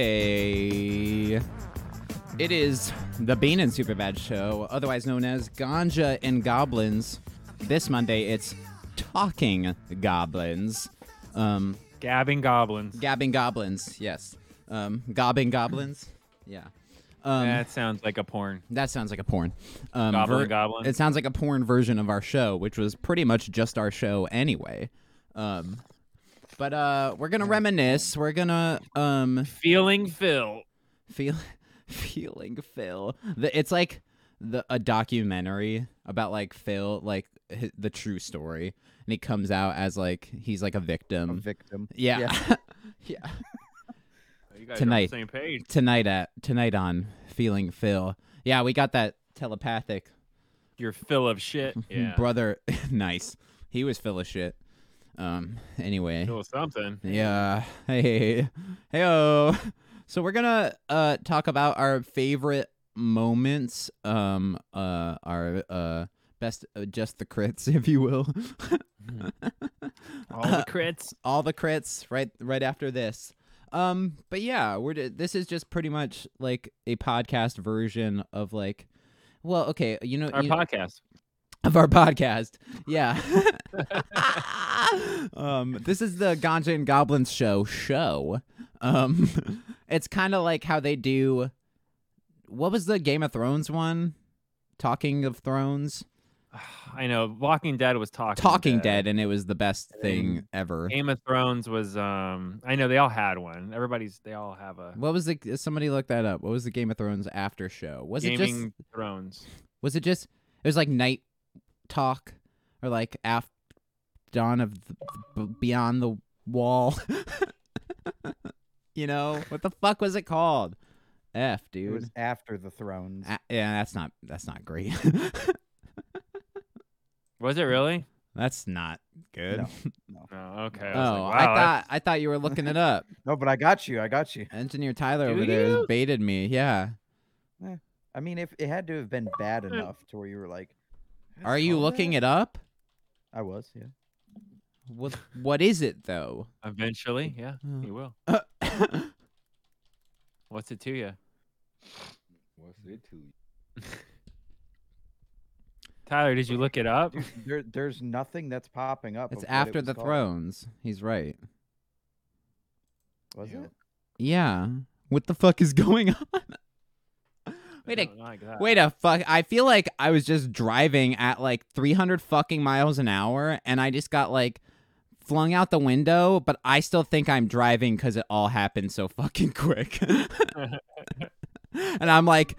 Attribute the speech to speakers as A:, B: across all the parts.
A: Monday. It is the Bean and Superbad show, otherwise known as Ganja and Goblins. This Monday, it's Talking Goblins. Um,
B: Gabbing goblins.
A: gabbing Goblins, yes. Um, gobbing Goblins, yeah. Um,
B: that sounds like a porn.
A: That sounds like a porn. Um,
B: Goblin, goblin.
A: It sounds like a porn version of our show, which was pretty much just our show anyway. Um, but uh, we're gonna reminisce. We're gonna um,
B: Feeling Phil. Oh,
A: feel feeling Phil. The, it's like the a documentary about like Phil, like hi the true story, and he comes out as like he's like a victim.
C: a victim.
A: yeah, yeah.
B: You guys
A: Tonight.
B: Are on the same page.
A: Tonight at tonight on feeling Phil. Yeah, we got that telepathic
B: You're Phil of shit. Yeah.
A: brother nice he was full of shit um anyway
B: Phil of something.
A: yeah hey hey so we're gonna uh talk about our favorite moments um uh our uh best uh, just the crits if you will
B: All the crits.
A: all the crits right right after this um but yeah we're d- this is just pretty much like a podcast version of like well okay you know
B: Our
A: you-
B: podcast.
A: of our podcast. Yeah. um, this is the Ganja and Goblins show show. Um, it's kind of like how they do. What was the Game of Thrones one? Talking of Thrones,
B: I know. Walking Dead was talking.
A: Talking Dead, and it was the best thing ever.
B: Game of Thrones was. Um. I know they all had one. Everybody's. They all have a.
A: What was the? Somebody look that up. What was the Game of Thrones after show? Was it
B: Gaming
A: just?
B: Thrones.
A: Was it just? It was like night talk, or like after dawn of the, b- beyond the wall. you know what the fuck was it called? F,
C: It
A: dude.
C: was after the thrones.
A: A- yeah, that's not that's not great.
B: Was it really?
A: that's not good.
C: No.
B: No. Okay.
A: Oh,
B: I, was like,
A: I
B: wow,
A: thought I thought you were looking it up.
C: No, but I got you. I got you.
A: Engineer Tyler
B: Do
A: over there
B: you?
A: baited me. Yeah.
C: I mean, if it had to have been bad enough to where you were like,
A: Are you looking it up?
C: I was, yeah.
A: What what is it though?
B: that's- Eventually, yeah,
A: Uh,
B: you will. What's it to you?
D: What's it to you?
B: Tyler, did you look it up?
C: Dude, there, there's nothing that's popping up.
A: it's
C: of what it
A: after
C: was
A: the
C: called.
A: thrones. He's right.
C: Was
D: Yeah.
C: it?
A: Yeah. What the fuck is going on? Wait a
B: No, not like that.
A: wait a fuck. I feel like I was just driving at like 300 fucking miles an hour and I just got like flung out the window, but I still think I'm driving cuz it all happened so fucking quick. and I'm like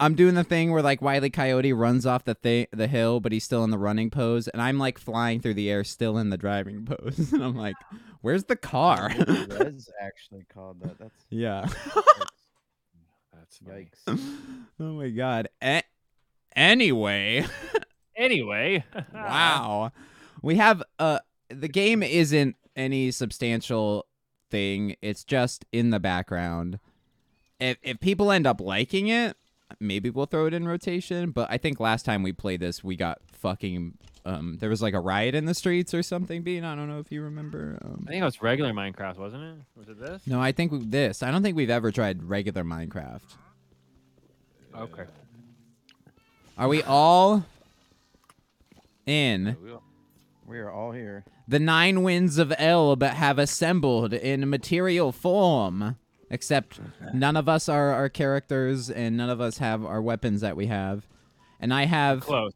A: I'm doing the thing where like Wiley Coyote runs off the thing, the hill, but he's still in the running pose, and I'm like flying through the air, still in the driving pose, and I'm like, "Where's the car?"
C: It was actually called that. That's
A: yeah.
B: That's funny.
C: yikes.
A: oh my god. A- anyway,
B: Anyway.
A: wow. We have uh the game isn't any substantial thing. It's just in the background. If if people end up liking it, maybe we'll throw it in rotation, but I think last time we played this, we got fucking um there was like a riot in the streets or something, Bean. I don't know if you remember. Um,
B: I think it was regular Minecraft, wasn't it? Was it this?
A: no, I think we- this. I don't think we've ever tried regular Minecraft.
B: Okay.
A: Are we all in?
C: We are all here.
A: The nine winds of Elb have assembled in material form. Except none of us are our characters and none of us have our weapons that we have. And I have.
B: Close.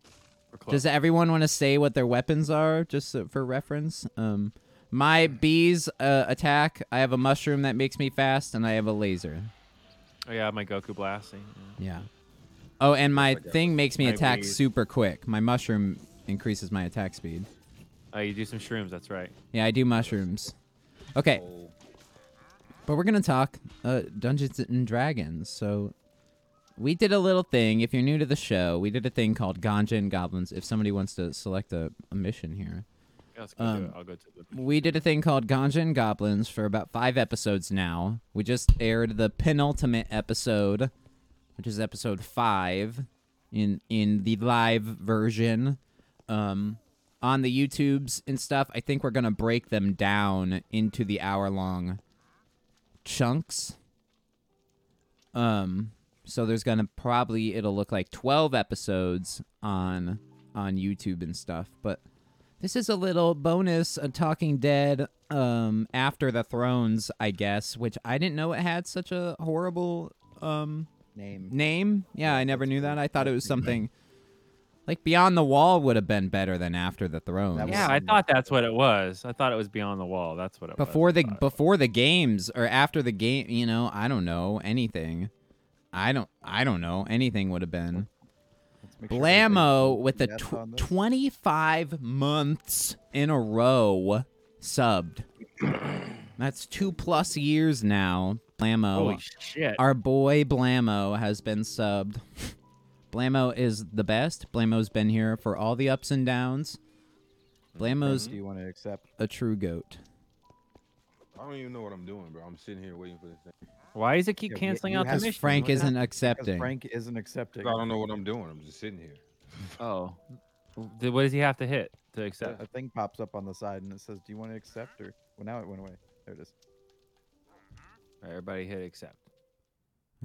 B: We're close.
A: Does everyone want to say what their weapons are, just so, for reference? Um, my bees uh, attack. I have a mushroom that makes me fast, and I have a laser.
B: oh, yeah, my Goku blasting.
A: Yeah. Oh, and my thing makes me
B: My
A: attack
B: weed.
A: super quick. My mushroom increases my attack speed.
B: Oh, you do some shrooms. That's right.
A: Yeah, I do mushrooms. Okay. But we're gonna talk uh, Dungeons and Dragons, so we did a little thing. If you're new to the show, we did a thing called Ganja and Goblins. If somebody wants to select a, a mission here,
B: Let's go do it.
A: Um,
B: I'll go to the.
A: we did a thing called Ganja and Goblins for about five episodes now. We just aired the penultimate episode, which is episode five, in in the live version, um, on the YouTubes and stuff. I think we're gonna break them down into the hour long chunks. Um, so there's gonna probably it'll look like twelve episodes on on YouTube and stuff, but. This is a little bonus of Talking Dead um, after the Thrones, I guess, which I didn't know it had such a horrible um,
C: Name.
A: name. Yeah, I never knew that. I thought it was something like Beyond the Wall would have been better than After the Thrones.
C: was-
B: Yeah, I thought that's what it was. I thought it was beyond the wall. That's what it
A: before
B: was. I
A: the
B: thought.
A: before the games or after the game, you know, I don't know anything. I don't I don't know anything would have been
C: Let's make sure we say
A: Blammo with the
C: yes on
A: tw-
C: this.
A: 25 months in a row subbed. That's two plus years now. Blammo.
B: Holy shit!
A: Our boy Blammo has been subbed. Blammo is the best. Blammo's been here for all the ups and downs. Blammo's
C: Do you want to accept?
A: a true goat.
D: I don't even know what I'm doing, bro. I'm sitting here waiting for this thing.
B: Why does it keep
C: Yeah, we-
B: canceling
C: you
B: out the
C: have-
A: Because
B: mission?
A: Frank
B: What the-
A: isn't
C: Because
A: accepting.
C: Frank isn't accepting.
D: I don't know what I'm doing. I'm just sitting here.
B: Oh, Th- what does he have to hit to accept?
C: A thing pops up on the side and it says, "Do you want to accept?" Or well, now it went away. There it is.
B: Alright, Everybody hit accept.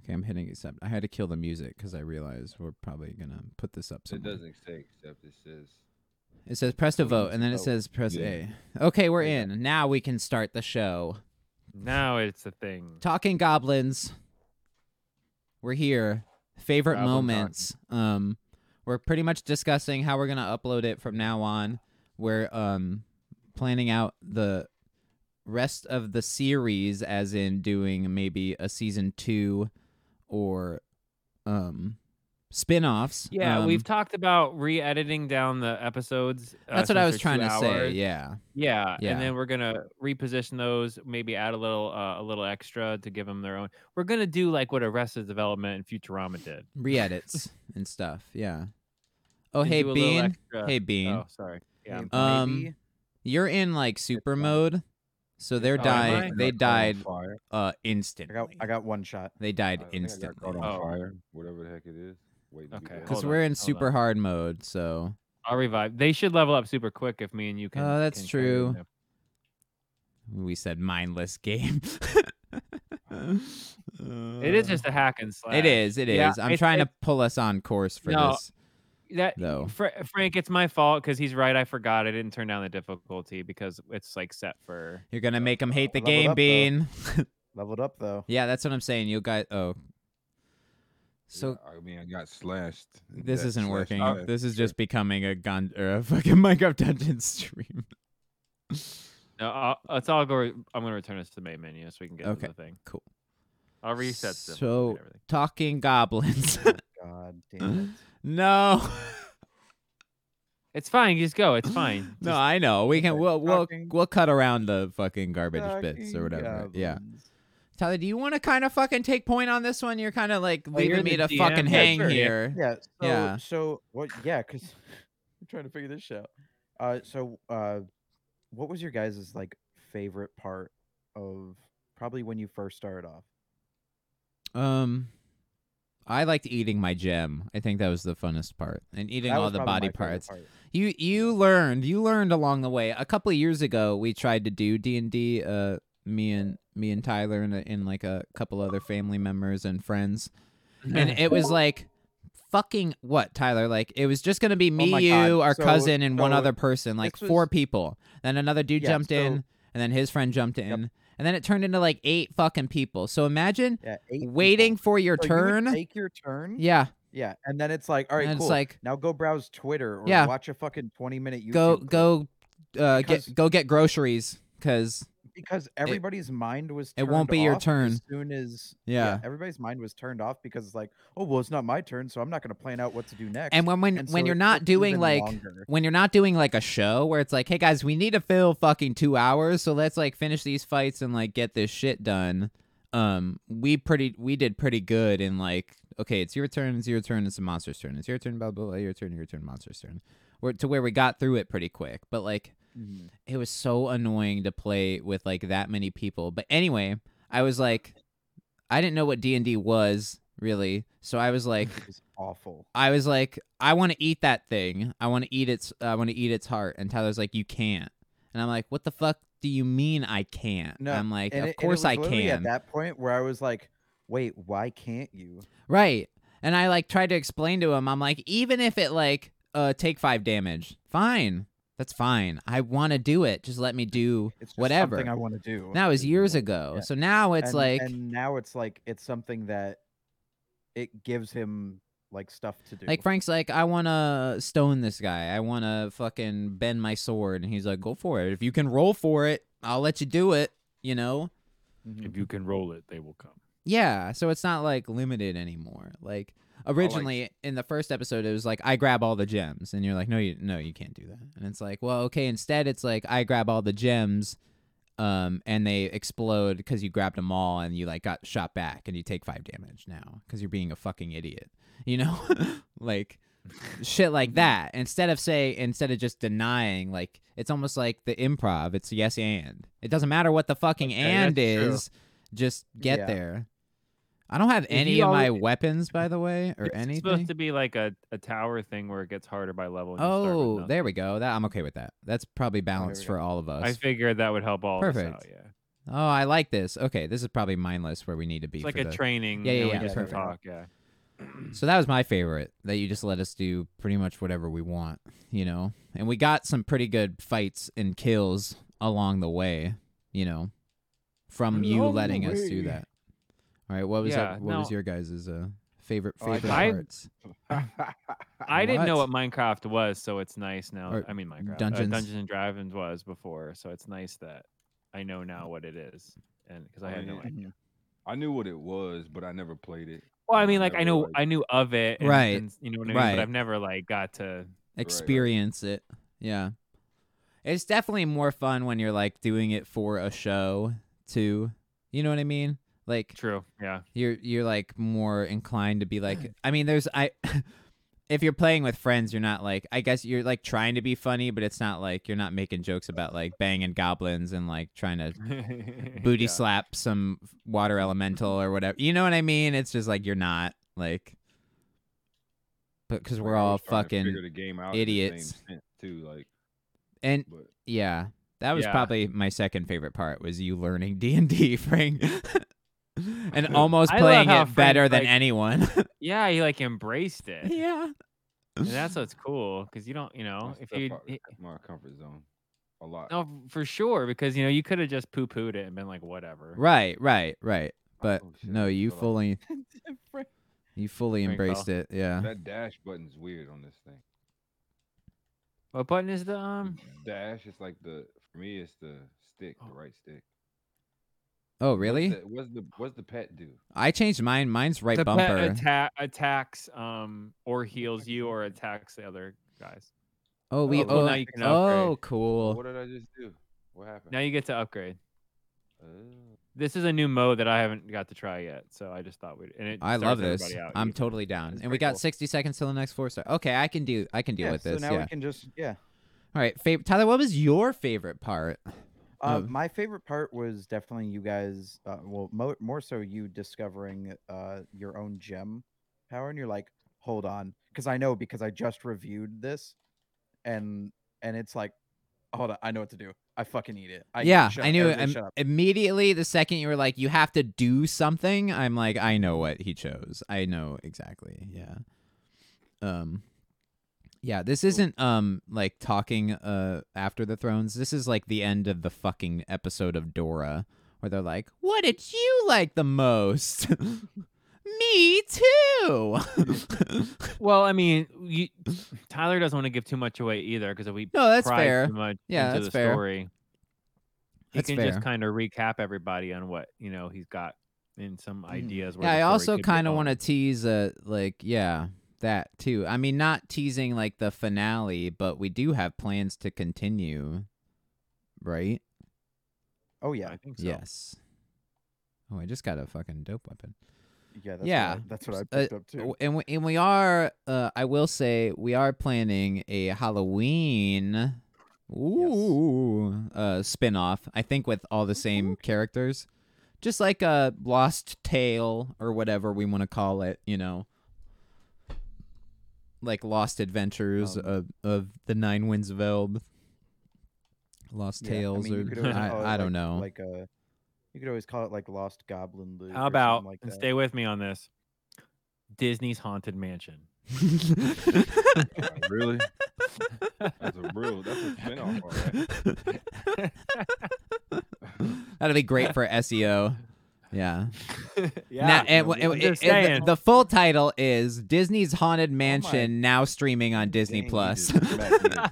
A: Okay, I'm hitting accept. I had to kill the music because I realized we're probably gonna put this up.
D: It
A: Somewhere.
D: doesn't say except it says.
A: It says press to
C: Please
A: vote, and then it
C: vote.
A: says press
D: Yeah.
A: A. Okay, we're
C: Yeah.
A: in. Now we can start the show.
B: Now it's a thing.
A: Talking goblins. We're here. Favorite
B: Goblin
A: moments. Um, we're pretty much discussing how we're gonna upload it from now on. We're um planning out the rest of the series, as in doing maybe a season two or um spin-offs.
B: Yeah,
A: Um,
B: we've talked about re-editing down the episodes. uh,
A: That's what I
B: since
A: was
B: they're
A: trying
B: two
A: to say.
B: hours.
A: Yeah.
B: Yeah,
A: Yeah.
B: and then we're gonna reposition those. Maybe add a little, uh, a little extra to give them their own. We're gonna do like what Arrested Development and Futurama did.
A: re-edits and stuff. Yeah. Oh
B: and
A: hey
B: do a little
A: Bean.
B: extra-
A: Hey Bean.
B: Oh, sorry. Yeah.
C: Hey,
A: Um,
C: maybe.
A: You're in like super
C: fine.
A: mode. So they're
B: uh, Oh, am
A: die
B: I?
A: they
D: Got caught on
A: died
D: Fire.
A: uh
C: I
A: instantly.
C: got I got one shot.
A: they
D: I
A: died
D: think I got
A: instantly.
D: caught on
B: Oh.
D: fire, whatever the heck it is. Waiting to be
B: Okay,
D: brought
A: Because
B: Hold
D: up.
B: on,
A: we're in
B: hold
A: super
B: on.
A: hard mode, so
B: I'll revive. They should level up super quick if me and you can.
A: Oh, that's
B: can carry them
A: true. we said mindless game.
B: down. It is just a hack and slash.
A: It is, it is.
B: Yeah,
A: I'm
B: it's-
A: trying to
B: it's-
A: pull us on course for
B: No,
A: this.
B: That
A: though.
B: Fra- Frank, it's my fault because he's right. I forgot. I didn't turn down the difficulty because it's like set for.
A: You're gonna make them hate the
C: Leveled
A: game,
C: up, though.
A: Bean.
C: Leveled up though.
A: yeah, that's what I'm saying. You guys. Oh, so
D: Yeah, I mean, I got slashed. and
A: This
D: that
A: isn't
D: slashed
A: working.
D: me.
A: this is just becoming a gun or a fucking Minecraft dungeon stream.
B: No, I'll, let's all go. re- I'm gonna return us to the main menu so we can get
A: Okay,
B: to the thing.
A: cool.
B: I'll reset them. and
A: So-
B: everything.
A: Talking goblins.
C: God damn
A: no,
B: it's fine. Just go. It's fine.
A: no, I know. We can.
C: okay.
A: We'll we'll,
C: Talking-
A: we'll cut around the fucking
C: it.
A: garbage bits or whatever.
C: Fucking
A: Yeah.
C: goblins.
A: Tyler, do you want to kind of fucking take point on this one? You're kind of like
B: you're
A: leaving me to
B: the DM?
A: fucking
B: Yeah,
A: hang
B: sure, yeah.
A: here.
C: Yeah. So,
A: Yeah.
C: So what? Yeah, because we're trying to figure this shit out. Uh, so uh, what was your guys' like favorite part of probably when you first started off?
A: Um, I liked eating my gem. I think that was the funnest part, and eating
C: That
A: all
C: was
A: the
C: probably my
A: body
C: favorite
A: parts.
C: part.
A: You you learned you learned along the way. A couple of years ago, we tried to do D and D. Uh, me and me and Tyler and, and like a couple other family members and friends,
C: Mm-hmm.
A: and it was like fucking what Tyler like it was just gonna be me,
C: Oh my
A: you,
C: God.
A: our
C: So-
A: cousin, and one
C: so
A: other person, like
C: this was-
A: four people. Then another dude
C: Yeah,
A: jumped
C: so-
A: in, and then his friend jumped in, and then it turned into like eight fucking people. So imagine
C: Yeah. eight people.
A: waiting for your
C: So you would
A: turn.
C: take your turn.
A: yeah,
C: Yeah, and then it's like, all right,
A: and
C: cool.
A: it's like
C: now go browse Twitter or
A: Yeah.
C: watch a fucking twenty minute YouTube.
A: go
C: clip,"
A: go uh, get
C: Because-
A: go get groceries because.
C: because everybody's mind was.
A: it won't
C: turned
A: be your
C: off
A: turn.
C: As soon as
A: Yeah.
C: everybody's mind was turned off because it's like, oh well, it's not my turn, so I'm not gonna plan out what to do next.
A: And when when,
C: And
A: when
C: so
A: you're
C: it
A: not
C: took
A: doing
C: even
A: like
C: longer.
A: when you're not doing like a show where it's like, hey guys, we need to fill fucking two hours, so let's like finish these fights and like get this shit done. Um, we pretty we did pretty good in like okay, it's your turn, it's your turn, it's the monster's turn, it's your turn, blah blah blah, your turn, your turn, monster's turn. Where to where we got through it pretty quick, but like
C: Mhm.
A: it was so annoying to play with like that many people. But anyway, I was like, I didn't know what D and D was really, so I was like,
C: It was awful.
A: I was like, I want to eat that thing. I want to eat its. I want to eat its heart. And Tyler's like, you can't. And I'm like, what the fuck do you mean I can't?
C: No,
A: I'm like,
C: And
A: of
C: it- and it
A: course
C: was
A: I
C: literally
A: can.
C: At that point, where I was like, "Wait, why can't you?"
A: Right. And I like tried to explain to him, I'm like, even if it like uh take five damage, fine. That's fine. I wanna do it. Just let me do
C: It's just
A: whatever.
C: something I want to do.
A: That was years
C: ago.
A: ago.
C: Yeah.
A: So now it's
C: and,
A: like
C: and now it's like it's something that it gives him like stuff to do
A: like Frank's like, I wanna stone this guy. I wanna fucking bend my sword and he's like, Go for it. If you can roll for it, I'll let you do it, you know?
C: Mhm.
B: If you can roll it, they will come.
A: Yeah, so it's not like limited anymore. Like originally in the first episode, it was like I grab all the gems, and you're like, no, you no, you can't do that. And it's like, well, okay. Instead, it's like I grab all the gems, um, and they explode because you grabbed them all, and you like got shot back, and you take five damage now because you're being a fucking idiot. You know, like shit like that. Instead of say, instead of just denying, like it's almost like the improv. It's yes and. It doesn't matter what the fucking
B: Okay, that's
A: and
B: true.
A: is. Just get
C: Yeah.
A: there. I don't have
B: he
A: any of my
B: already-
A: weapons, by the way, or
B: It's
A: anything.
B: supposed to be like a, a tower thing where it gets harder by level. and you start with
A: oh,
B: nothing. Oh,
A: there we go. That I'm okay with that. That's probably balanced
C: we
A: for
C: go.
A: all of us.
B: I figured that would help all of
A: Perfect.
B: us out. Yeah,
A: oh, I like this. Okay, this is probably mindless where we need to be.
B: it's like
A: for
B: a
A: the-
B: training.
A: Yeah,
B: you
A: yeah,
B: know, we
A: yeah,
B: just can
C: perfect.
B: talk. Yeah,
A: so that was my favorite that you just let us do pretty much whatever we want, you know. And we got some pretty good fights and kills along the way, you know, from you
C: Along the
A: letting us do
C: way.
A: that. All right, what was that-
B: Yeah,
A: what was
B: no.
A: your guys' uh, favorite
D: Oh, I
A: favorite
B: got- I-
A: parts?
B: I didn't know
A: What?
B: what Minecraft was, so it's nice now.
A: Or
B: I mean, Minecraft uh,
A: Dungeons.
B: Dungeons and Dragons was before, so it's nice that I know now what it is, and because I
D: Oh,
B: had no
D: yeah.
B: idea.
D: I knew what it was, but I never played it.
B: Well, I
D: and
B: mean, like I
D: never,
B: know
D: like-
B: I knew of it, and-
A: Right,
B: and you know what I mean.
A: right.
B: But I've never like got to.
A: experience it. Yeah. It's definitely more fun when you're like doing it for a show too. You know what I mean? Like
B: True. Yeah.
A: you're you're like more inclined to be like I mean there's I if you're playing with friends you're not like I guess you're like trying to be funny but it's not like you're not making jokes about like banging goblins and like trying to booty
B: Yeah.
A: slap some water elemental or whatever. You know what I mean? It's just like you're not like but cuz
D: Like,
A: we're
D: I
A: all
D: was trying to
A: fucking
D: figure the game out in the same
A: idiots.
D: sense, too. Like,
A: and
D: but
A: Yeah, that was
B: Yeah.
A: probably my second favorite part was you learning D and D, Frank, and almost
B: I love
A: playing
B: how
A: it better
B: Frank,
A: than
B: like-
A: anyone.
B: Yeah, he like embraced it.
A: yeah,
B: And that's what's cool because you don't, you know,
D: I
B: if
D: step
B: you
D: out
B: it-
D: my comfort zone a lot.
B: no for sure because you know you could have just poo pooed it and been like whatever.
A: right, right, right. But
D: Oh, shit,
A: no,
D: I
A: you
D: forgot.
A: fully,
C: Frank-
A: you fully
B: Frank fell.
A: embraced it. Yeah,
D: That dash button's weird on this thing.
B: What button is the um?
D: Dash is like the for me it's the stick, the right stick.
A: Oh,
D: What's
A: really?
D: the- What's the what's the pet do?
A: I changed mine. Mine's right
B: the pet
A: bumper.
B: atta- attacks um or heals you or attacks the other guys.
A: oh, we. Oh,
D: Oh, cool,
B: now you can
A: oh,
B: upgrade.
A: cool.
D: What did I just do? What happened?
B: Now you get to upgrade.
D: Oh.
B: This is a new mode that I haven't got to try yet, so I just thought we'd. And it
A: I
B: starts
A: love this.
B: everybody out
A: I'm
B: equal.
A: totally down.
B: It's
A: and we
B: pretty
A: got
B: cool.
A: 60 seconds till the next four star. Okay, I can do. I can deal
C: yeah,
A: with
C: so
A: this.
C: now
A: yeah.
C: we can just yeah
A: All right, fav- Tyler. What was your favorite part?
C: uh,
A: Mm.
C: my favorite part was definitely you guys uh, well mo- more so you discovering uh, your own gem power and you're like hold on because i know because i just reviewed this and and it's like hold on i know what to do i fucking need it I eat it.
A: yeah,
C: Shut
A: I
C: up.
A: knew it.
C: Everybody
A: Im-
C: shut up.
A: immediately the second you were like, you have to do something. I'm like, I know what he chose. I know exactly. Yeah. Um. Yeah, this isn't um like talking uh after the thrones. This is like the end of the fucking episode of Dora, where they're like, "What did you like the most?" Me too.
B: Well, I mean, you, Tyler doesn't want to give too much away either because if we
A: no, that's
B: pry
A: fair.
B: too much
A: Yeah,
B: into
A: that's
B: the
A: fair.
B: story, he
A: That's
B: can
A: fair.
B: just kind of recap everybody on what you know he's got in some ideas. Where
A: Mm, Yeah, I also
B: kind of
A: want to tease, uh, like, yeah, that too. I mean, not teasing like the finale, but we do have plans to continue, right?
C: oh yeah
B: I think so.
A: Yes. Oh, I just got a fucking dope weapon.
C: Yeah, that's
A: Yeah.
C: What I, that's what I
A: S- uh,
C: picked up
A: W-
C: too.
A: and we, and we are uh, I will say we are planning a Halloween ooh uh spin-off I think with all the same characters just like a lost tale or whatever we want to call it you know like lost adventures
C: Um,
A: of of the nine winds of Elb lost
C: Yeah,
A: tales
C: I mean, you could
A: or
C: always
A: I,
C: call it,
A: I don't
C: like-
A: know
C: Like a, you could always call it like Lost Goblin Loop. or
B: How
C: something
B: about
C: like
B: and
C: that.
B: stay with me on this? Disney's Haunted Mansion.
D: God, really? That's a real. That's a spinoff. All right.
A: That'd be great for SEO. Yeah.
B: yeah.
A: Now- and,
C: no,
A: w-
B: I'm
A: and-
B: just
A: and the-
B: saying.
A: the, full title is Disney's Haunted Mansion
C: Oh my
A: now streaming on Disney
C: dang, you
A: Plus.
C: just
D: Smack me. Smack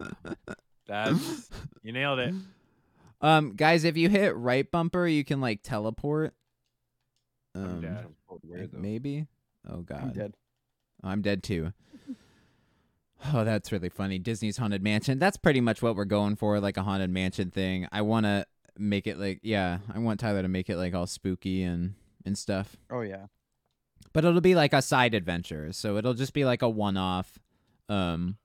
D: me.
B: That's you nailed it.
A: um, guys, if you hit right bumper, you can like teleport. Um,
B: dead.
D: Where, though?
A: maybe. Oh God,
C: I'm dead.
A: I'm dead too. Oh, that's really funny. Disney's Haunted Mansion. That's pretty much what we're going for, like a haunted mansion thing. I want to make it like, yeah, I want Tyler to make it like all spooky and and stuff.
C: Oh yeah.
A: But it'll be like a side adventure, so it'll just be like a one-off. Um,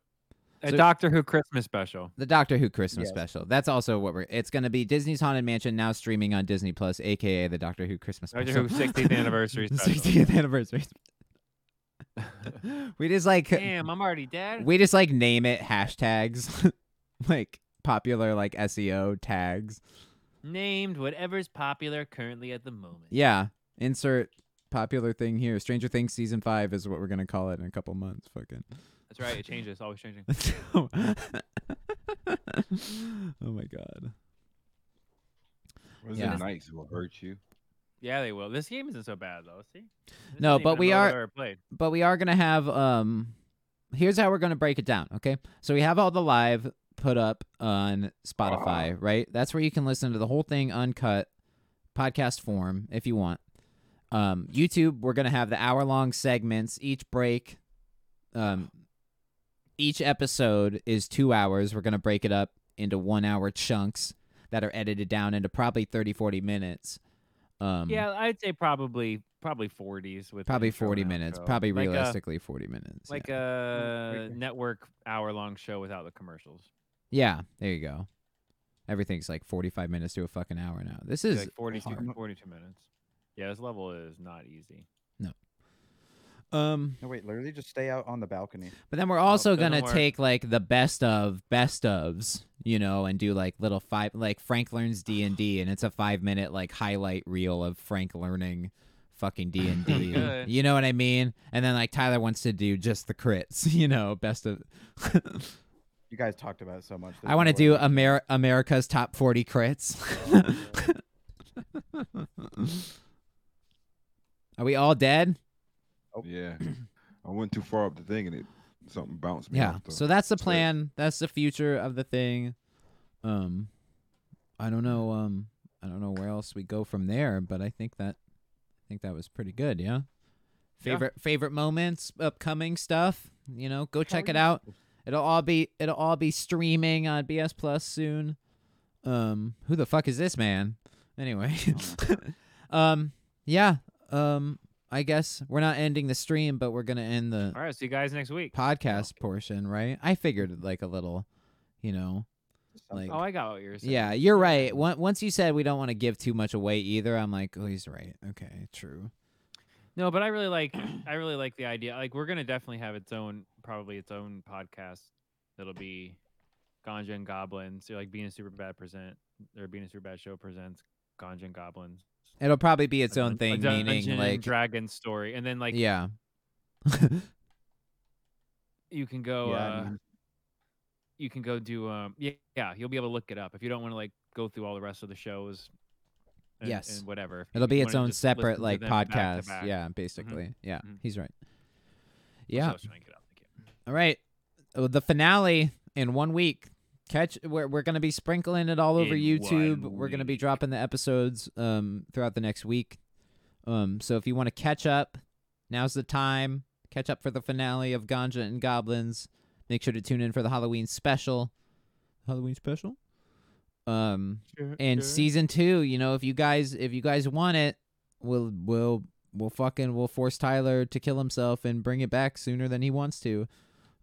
B: A
A: So-
B: Doctor Who Christmas special.
A: the Doctor Who Christmas
C: Yes.
A: special. That's also what we're. It's gonna be Disney's Haunted Mansion now streaming on Disney Plus, aka the Doctor Who Christmas
B: Doctor
A: special.
B: Who 60th anniversary special.
A: 60th anniversary. we just like
B: Damn, I'm already dead.
A: we just like name it hashtags like popular like seo tags
B: Named whatever's popular currently at the moment.
A: yeah insert popular thing here stranger things season 5 is what we're gonna call it in a couple months fucking
B: That's right. It changes. Always changing.
A: oh my god
D: Was
A: Yeah.
D: it nice? It will hurt you.
B: Yeah, they will. This game isn't so bad though. See. This
A: No,
B: isn't
A: but
B: even
A: we
B: the one I've
A: are-
B: ever played.
A: but we are gonna have um here's how we're gonna break it down okay so we have all the live put up on
B: Uh-huh.
A: spotify right that's where you can listen to the whole thing uncut podcast form if you want um youtube we're gonna have the hour long segments each break um each episode is two hours we're gonna break it up into one hour chunks that are edited down into probably 30 40 minutes um
B: Yeah, I'd say probably probably 40s with the
A: probably
B: intro
A: 40
B: and
A: minutes
B: outro.
A: probably
B: Like a-
A: realistically 40 minutes
B: like
A: yeah.
B: a
C: Okay.
B: network hour long show without the commercials.
A: Yeah, there you go. Everything's like 45 minutes to a fucking hour now. This
B: Be
A: is
B: like 42,
A: hard.
B: 42 minutes. Yeah, this level is not easy.
A: um
C: No wait, literally just stay out on the balcony.
A: but then we're also
B: doesn't
A: going to
B: work.
A: take like the best of best ofs, you know, and do like little five like Frank learns D&D and it's a 5 minute like highlight reel of Frank learning fucking D&D.
B: Good.
A: you know what I mean? And then like Tyler wants to do just the crits, you know, best of
C: You guys talked about it so much.
A: I want to do Amer- America's top 40 crits. Are we all dead?
C: Oh.
D: Yeah. I went too far up the thing and it something bounced me.
A: yeah
D: off the-
A: so that's the
D: so-
A: plan that's the future of the thing um i don't know um i don't know where else we go from there but i think that i think that was pretty good yeah
B: Yeah.
A: favorite favorite moments upcoming stuff you know go check it out it'll all be it'll all be streaming on bs plus soon um who the fuck is this man anyway um yeah um i guess we're not ending the stream but we're gonna end the
B: All right, see you guys next week.
A: podcast portion, right? I figured like a little, you know.
B: Oh, I got what you're saying.
A: Yeah, you're right. Once once you said we don't want to give too much away either, I'm like, oh, he's right. Okay, true.
B: No, but I really like I really like the idea. Like we're gonna definitely have its own probably its own podcast that'll be Ganja and Goblins. So like being a super bad present or being a super bad show presents Ganja and Goblins.
A: It'll probably be its
B: a
A: own
B: dun-
A: thing,
B: a dungeon
A: meaning
B: and
A: like,
B: dragon story. And then like
A: yeah,
B: you can go
C: Yeah,
B: uh,
C: I mean,
B: you can go do um yeah, yeah you'll be able to look it up if you don't want to like go through all the rest of the shows and,
A: Yes.
B: and whatever if you
A: it'll be
B: wanna
A: its own
B: just
A: separate
B: listen to
A: like
B: them back to
A: podcast.
B: back. Mm-hmm. That's
A: Yeah, basically. Yeah,
B: Mhm.
A: he's right.
B: what I
A: Yeah.
B: was trying to get out. Thank you.
A: All right. Oh, The finale in one week. Catch we're we're gonna be sprinkling it all over
B: In
A: YouTube.
B: one
A: We're gonna be
B: week.
A: dropping the episodes um throughout the next week. Um so if you want to catch up, now's the time. Catch up for the finale of Ganja and Goblins. Make sure to tune in for the Halloween special. Halloween special? Um and season two you know if you guys if you guys want it we'll we'll we'll fucking we'll force Tyler to kill himself and bring it back sooner than he wants to.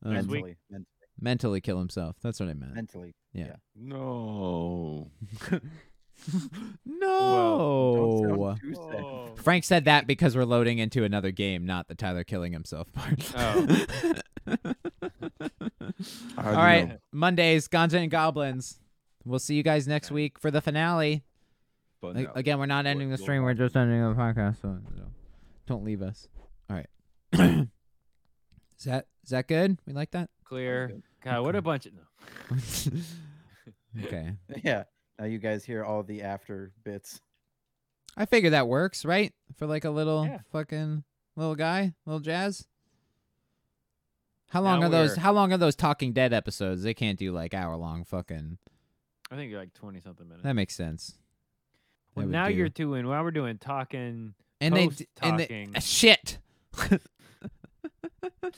A: Um,
B: As we-
C: mentally, men-
A: mentally kill himself. That's what I meant.
C: mentally.
D: No.
A: no.
C: Don't sound too sad.
B: Whoa.
A: Frank said that because we're loading into another game, not the Tyler killing himself part.
B: Oh.
A: All right, Mondays, Ganja and Goblins. We'll see you guys next week for the finale.
D: But
A: A-
D: now-
A: Again, we're not
D: What-
A: ending the
D: what
A: stream. We're
D: about-
A: just ending the podcast. So, so don't leave us. All right. is that is that good? We like that.
B: Clear. God, what a bunch of. No.
A: okay.
C: Yeah. Now you guys hear all the after bits.
A: I figure that works, right? For like a little
B: Yeah.
A: fucking little guy, little jazz. How long
B: Now
A: are those?
B: we're-
A: How long are those Talking Dead episodes? They can't do like hour long. Fucking
B: I think you're like twenty something minutes.
A: that makes sense. That
B: Well,
A: would
B: now
A: do.
B: you're two in. Well, we're doing talking.
A: and they d- and they
B: post-talking.
A: ah, shit.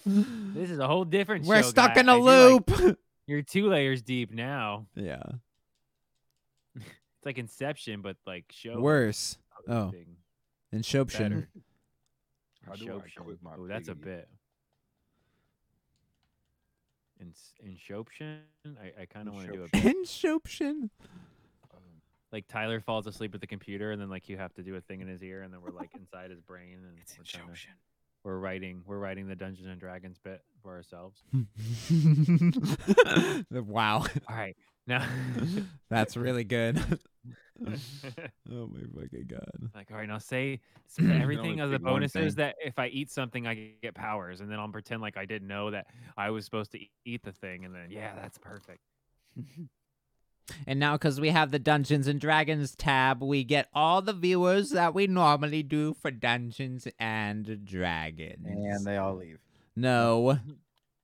B: This is a whole different.
A: We're
B: show,
A: stuck
B: guy.
A: in a
B: I do like-
A: loop.
B: you're two layers deep now.
A: yeah.
B: It's like Inception, but like show.
A: Worse oh.
B: hosting
A: than Shopshin.
B: better.
D: How do I
B: Inception.
D: quit my
B: Ooh, that's a
D: piggy?
B: bit. In Inception, I, I kind of want to do a bit.
A: And Shopshin.
D: Uh,
B: like Tyler falls asleep at the computer, and then like you have to do a thing in his ear, and then we're like inside his brain, and we're, trying to, we're writing we're writing the Dungeons and Dragons bit for ourselves.
A: wow.
B: All right, now
A: That's really good. oh my fucking god.
B: like all right, now say, say everything
D: only
B: as the
D: pick one
B: bonuses
D: thing.
B: that if I eat something I get powers, and then I'll pretend like I didn't know that I was supposed to e- eat the thing, and then yeah, that's perfect.
A: And now cuz we have the Dungeons and Dragons tab, we get all the viewers that we normally do for Dungeons and Dragons.
C: And they all leave.
A: no.